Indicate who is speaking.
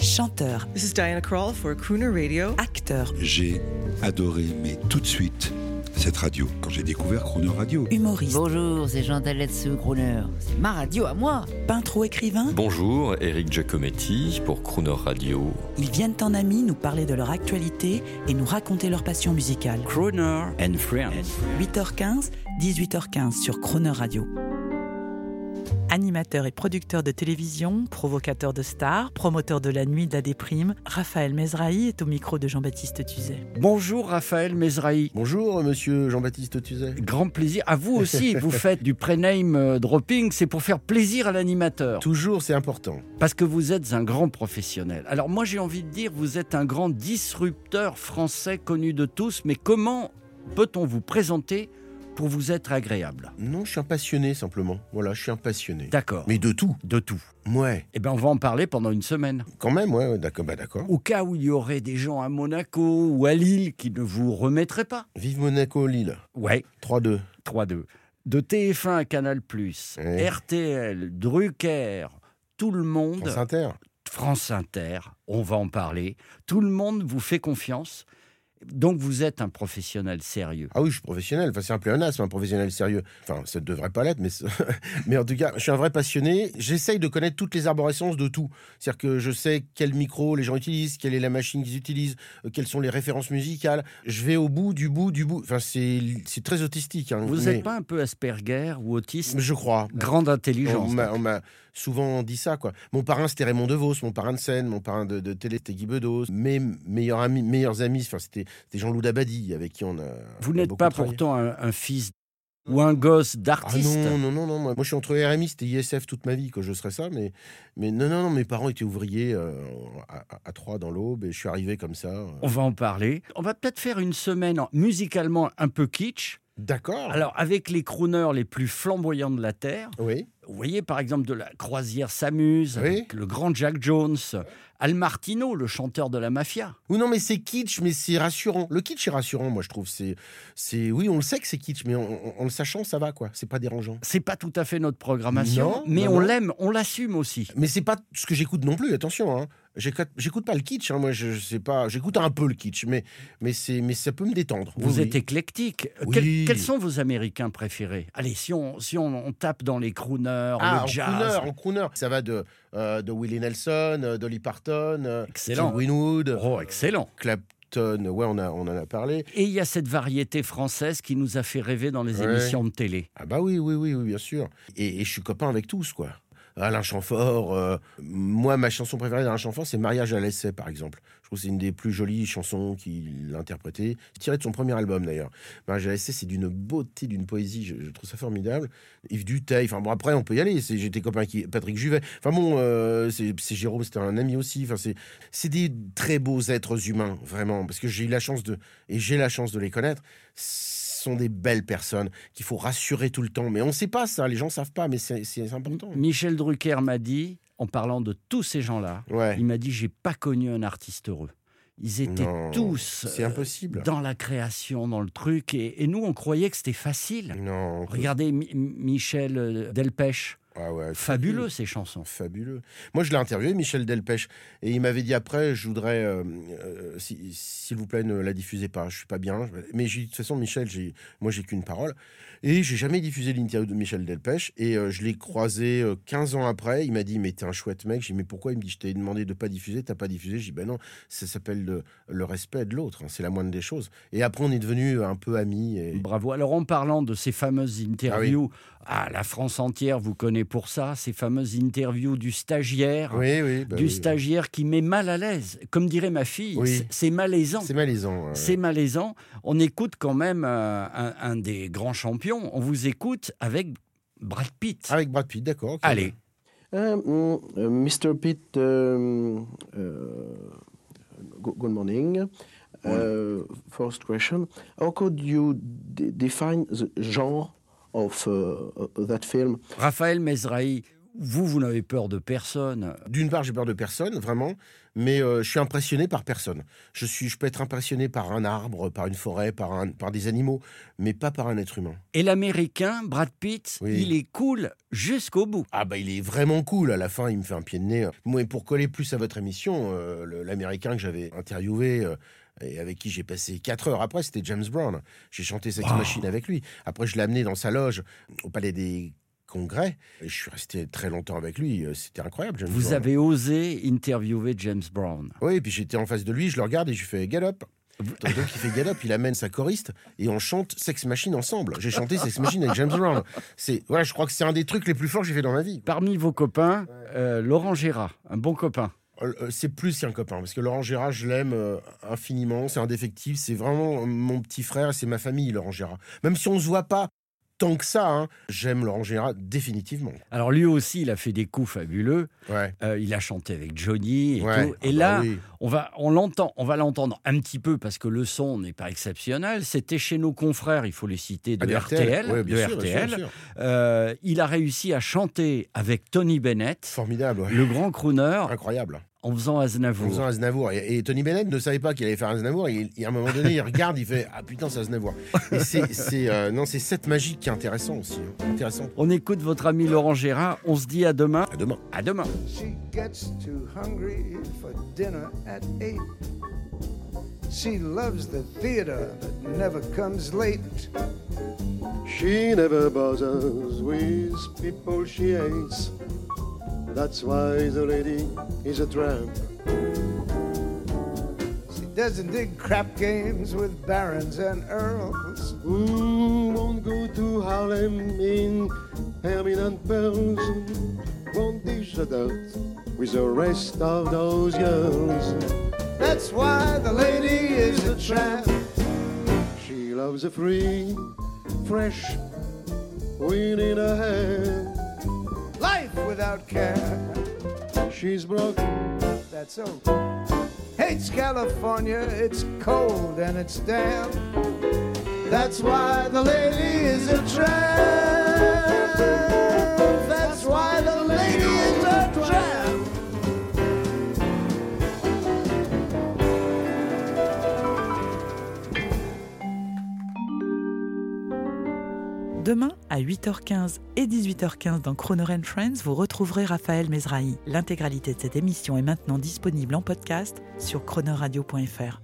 Speaker 1: chanteur,
Speaker 2: This is Diana Krall for Crooner Radio.
Speaker 1: acteur,
Speaker 3: J'ai adoré, mais tout de suite, cette radio. Quand j'ai découvert Crooner Radio,
Speaker 1: humoriste,
Speaker 4: Bonjour, c'est Jean Daletsu, Crooner. C'est ma radio à moi.
Speaker 1: peintre ou écrivain,
Speaker 5: Bonjour, Eric Giacometti pour Crooner Radio.
Speaker 1: ils viennent en amis nous parler de leur actualité et nous raconter leur passion musicale.
Speaker 6: Crooner and Friends.
Speaker 1: 8h15, 18h15 sur Croner Radio. Animateur et producteur de télévision, provocateur de stars, promoteur de la nuit de la déprime, Raphaël Mezrahi est au micro de Jean-Baptiste Tuzet.
Speaker 6: Bonjour Raphaël Mesrahi.
Speaker 7: Bonjour, monsieur Jean-Baptiste Tuzet.
Speaker 6: Grand plaisir. À vous aussi, vous faites du prename euh, dropping, c'est pour faire plaisir à l'animateur.
Speaker 7: Toujours, c'est important.
Speaker 6: Parce que vous êtes un grand professionnel. Alors moi j'ai envie de dire, vous êtes un grand disrupteur français connu de tous, mais comment peut-on vous présenter pour vous être agréable
Speaker 7: Non, je suis un passionné simplement. Voilà, je suis un passionné.
Speaker 6: D'accord.
Speaker 7: Mais de tout.
Speaker 6: De tout.
Speaker 7: Ouais,
Speaker 6: Eh bien on va en parler pendant une semaine.
Speaker 7: quand même, ouais, ouais, d'accord, bah d'accord.
Speaker 6: Au cas où il y aurait des gens à Monaco ou à Lille qui ne vous remettraient pas.
Speaker 7: Vive Monaco, Lille.
Speaker 6: Ouais,
Speaker 7: 3-2.
Speaker 6: 3-2. De TF1 à Canal+,
Speaker 7: Ouais.
Speaker 6: RTL, Drucker, tout le monde,
Speaker 7: France
Speaker 6: France...
Speaker 7: Inter.
Speaker 6: Inter, on va en parler, tout le monde vous fait confiance. Donc vous êtes un professionnel sérieux.
Speaker 7: Ah oui, je suis professionnel. Enfin, c'est un pléonasme, un professionnel sérieux. Enfin, ça ne devrait pas l'être, mais, c'est- mais en tout cas, je suis un vrai passionné. J'essaye de connaître toutes les arborescences de tout. C'est-à-dire que je sais quel micro les gens utilisent, quelle est la machine qu'ils utilisent, euh, quelles sont les références musicales. Je vais au bout du bout du bout. Enfin, c'est c'est très autistique. hein,
Speaker 6: Vous
Speaker 7: mais-
Speaker 6: n'êtes pas un peu Asperger ou autiste
Speaker 7: Je crois.
Speaker 6: Grande
Speaker 7: On
Speaker 6: intelligence.
Speaker 7: m'a- on m'a souvent dit ça, quoi. Mon parrain, c'était Raymond DeVos, mon parrain de scène, mon parrain de, de télé, c'était Guy Bedos. Mes meilleurs amis, meilleurs amis enfin, c'était c'était Jean-Loup Dabadi, avec qui on a.
Speaker 6: Vous
Speaker 7: on a
Speaker 6: n'êtes
Speaker 7: beaucoup
Speaker 6: pas
Speaker 7: travaillé.
Speaker 6: pourtant un, un fils ou un gosse
Speaker 7: Ah
Speaker 6: d'artiste.
Speaker 7: non, non, non, non. Moi, moi, je suis entre RMI et ISF toute ma vie, que je serais ça. Mais, mais non, non, non, mes parents étaient ouvriers euh, à, à- à Troyes dans l'Aube et je suis arrivé comme ça. euh.
Speaker 6: on va en parler. On va peut-être faire une semaine en- musicalement un peu kitsch.
Speaker 7: D'accord.
Speaker 6: Alors avec les crooners les plus flamboyants de la Terre,
Speaker 7: Oui.
Speaker 6: Vous voyez, par exemple, de la croisière s'amuse,
Speaker 7: Oui.
Speaker 6: avec le grand Jack Jones, Al Martino, le chanteur de la mafia.
Speaker 7: Oui, non, mais c'est kitsch, mais c'est rassurant. Le kitsch est rassurant, moi, je trouve. C'est, c'est, oui, on le sait que c'est kitsch, mais en- en- en le sachant, ça va, quoi. C'est pas dérangeant.
Speaker 6: C'est pas tout à fait notre programmation,
Speaker 7: Non,
Speaker 6: mais
Speaker 7: non,
Speaker 6: on
Speaker 7: non.
Speaker 6: l'aime, on l'assume aussi.
Speaker 7: Mais c'est pas ce que j'écoute non plus, attention. Hein. J'écoute, j'écoute pas le kitsch, hein, moi je, je sais pas. J'écoute un peu le kitsch, mais, mais, c'est, mais ça peut me détendre.
Speaker 6: Vous
Speaker 7: Oui,
Speaker 6: êtes
Speaker 7: oui.
Speaker 6: éclectique.
Speaker 7: Oui.
Speaker 6: Quel- quels sont vos Américains préférés Allez, si on, si on, on tape dans les crooners,
Speaker 7: Ah,
Speaker 6: le
Speaker 7: en
Speaker 6: jazz.
Speaker 7: crooner, en crooner. Ça va de, euh, de Willie Nelson, euh, Dolly Parton, euh,
Speaker 6: Excellent.
Speaker 7: Steve Winwood,
Speaker 6: Oh, excellent.
Speaker 7: Clapton, ouais, on, a, on en a parlé.
Speaker 6: Et il y a cette variété française qui nous a fait rêver dans les
Speaker 7: Ouais.
Speaker 6: émissions de télé.
Speaker 7: Ah bah oui, oui, oui, oui bien sûr. Et, et je suis copain avec tous, quoi. Alain Chamfort, euh, moi ma chanson préférée d'Alain Chamfort, c'est Mariage à l'essai, par exemple. Je trouve que c'est une des plus jolies chansons qu'il a interprétées, tirée de son premier album d'ailleurs. Mariage à l'essai, c'est d'une beauté, d'une poésie, je, je trouve ça formidable. Yves Duteil, enfin bon, après on peut y aller, C'est- j'étais copain avec Patrick Juvet. Enfin bon, euh, c'est c'est Jérôme, c'était un ami aussi. Enfin, c'est- c'est des très beaux êtres humains, vraiment, parce que j'ai eu la chance de, et j'ai la chance de les connaître. Ce sont des belles personnes qu'il faut rassurer tout le temps. Mais on ne sait pas ça, les gens ne savent pas, mais c'est c'est important.
Speaker 6: Michel Drucker m'a dit, en parlant de tous ces gens-là,
Speaker 7: Ouais.
Speaker 6: il m'a dit j'ai pas connu un artiste heureux. Ils étaient
Speaker 7: Non,
Speaker 6: tous
Speaker 7: C'est
Speaker 6: euh,
Speaker 7: impossible.
Speaker 6: dans la création, dans le truc. Et, et nous, on croyait que c'était facile.
Speaker 7: Non.
Speaker 6: Regardez Mi- Michel euh, Delpech,
Speaker 7: Ah ouais,
Speaker 6: fabuleux ces chansons.
Speaker 7: Fabuleux. Moi, je l'ai interviewé, Michel Delpech, et il m'avait dit après, je voudrais, euh, euh, si- s'il vous plaît, ne la diffusez pas, je suis pas bien. Mais j'ai dit, de toute façon, Michel, j'ai, moi, j'ai qu'une parole. Et j'ai jamais diffusé l'interview de Michel Delpech, et euh, je l'ai croisé euh, 15 ans après. Il m'a dit, mais t'es un chouette mec. J'ai dit, mais pourquoi Il me dit, je t'ai demandé de pas diffuser, t'as pas diffusé. J'ai dit, ben non, ça s'appelle le, le respect de l'autre, hein, c'est la moindre des choses. Et après, on est devenu un peu amis. Et...
Speaker 6: Bravo. Alors en parlant de ces fameuses interviews, ah, la France entière vous connaît pour ça, ces fameuses interviews du stagiaire,
Speaker 7: Oui, oui. bah
Speaker 6: du
Speaker 7: oui.
Speaker 6: stagiaire qui met mal à l'aise. Comme dirait ma fille,
Speaker 7: Oui.
Speaker 6: c'est- c'est malaisant.
Speaker 7: C'est malaisant. ouais.
Speaker 6: C'est malaisant. On écoute quand même euh, un, un des grands champions. On vous écoute avec Brad Pitt.
Speaker 7: Avec Brad Pitt, d'accord. ok. Euh,
Speaker 6: Allez.
Speaker 8: Um, mm, uh, Mr. Pitt, um, uh, go- good morning. Uh, first question: How could you de- define the genre of uh, uh, that film?
Speaker 6: Raphaël Mesrahi, Vous, vous n'avez peur de personne.
Speaker 7: D'une part, j'ai peur de personne, vraiment, mais euh, je suis impressionné par personne. Je, suis, je peux être impressionné par un arbre, par une forêt, par, un- par des animaux, mais pas par un être humain.
Speaker 6: Et l'Américain, Brad Pitt,
Speaker 7: Oui.
Speaker 6: il est cool jusqu'au bout.
Speaker 7: Ah bah il est vraiment cool, à la fin il me fait un pied de nez. euh. Moi, et pour coller plus à votre émission, euh, le- l'Américain que j'avais interviewé euh, et avec qui j'ai passé 4 heures après, c'était James Brown. J'ai chanté Sex Machine avec lui. Après je l'ai amené dans sa loge au Palais des Congrès. Et je suis resté très longtemps avec lui, Euh, c'était incroyable James
Speaker 6: Vous
Speaker 7: Brown.
Speaker 6: avez osé interviewer James Brown.
Speaker 7: Oui, et puis j'étais en face de lui, je le regarde et je lui fais Get up donc il fait Get up, il amène sa choriste et on chante Sex Machine ensemble. J'ai chanté Sex Machine avec James Brown. C'est voilà, je crois que c'est un des trucs les plus forts que j'ai fait dans ma vie.
Speaker 6: Parmi vos copains, euh, Laurent Gérard, un bon copain.
Speaker 7: Euh, euh, C'est plus qu'un copain, parce que Laurent Gérard, je l'aime euh, infiniment, c'est indéfectible, c'est vraiment mon petit frère, c'est ma famille, Laurent Gérard. Même si on se voit pas tant que ça, hein, j'aime Laurent Gérard définitivement.
Speaker 6: Alors lui aussi, il a fait des coups fabuleux.
Speaker 7: Ouais.
Speaker 6: Euh, il a chanté avec Johnny et
Speaker 7: ouais.
Speaker 6: tout. Et
Speaker 7: Ah bah
Speaker 6: là,
Speaker 7: oui.
Speaker 6: on va, on l'entend, on va l'entendre un petit peu parce que le son n'est pas exceptionnel. C'était chez nos confrères, il faut les citer, de
Speaker 7: Ah,
Speaker 6: RTL.
Speaker 7: ouais, bien
Speaker 6: de
Speaker 7: sûr, bien sûr,
Speaker 6: RTL.
Speaker 7: bien sûr.
Speaker 6: Euh, il a réussi à chanter avec Tony Bennett,
Speaker 7: Formidable, ouais.
Speaker 6: le grand crooner,
Speaker 7: incroyable.
Speaker 6: en faisant
Speaker 7: En
Speaker 6: Aznavour.
Speaker 7: faisant Aznavour. Et, et Tony Bennett ne savait pas qu'il allait faire Aznavour. Et, il- et à un moment donné, il regarde, il fait Ah putain, c'est Aznavour. Et c'est c'est, euh, non, c'est cette magie qui est intéressante aussi. hein. Intéressante.
Speaker 6: On écoute votre ami Laurent Gérard. On se dit à demain.
Speaker 7: À demain.
Speaker 6: À demain.
Speaker 9: She gets too hungry for dinner at eight. She loves the theater that never comes late.
Speaker 10: She never bothers with people she hates. That's why the lady is a tramp.
Speaker 9: She doesn't dig crap games with barons and earls.
Speaker 10: Ooh, won't go to Harlem in ermine and pearls. Won't dish the dirt with the rest of those girls.
Speaker 9: That's why the lady is a tramp.
Speaker 10: She loves a free, fresh wind in her hair.
Speaker 9: Life without care,
Speaker 10: She's broken,
Speaker 9: that's so. Hates California, it's cold and it's damp. That's why the lady is a tramp. That's why the lady is a tramp.
Speaker 1: Demain, à 8h15 et 18h15 dans Croner and Friends, vous retrouverez Raphaël Mezrahi. L'intégralité de cette émission est maintenant disponible en podcast sur cronerradio.fr.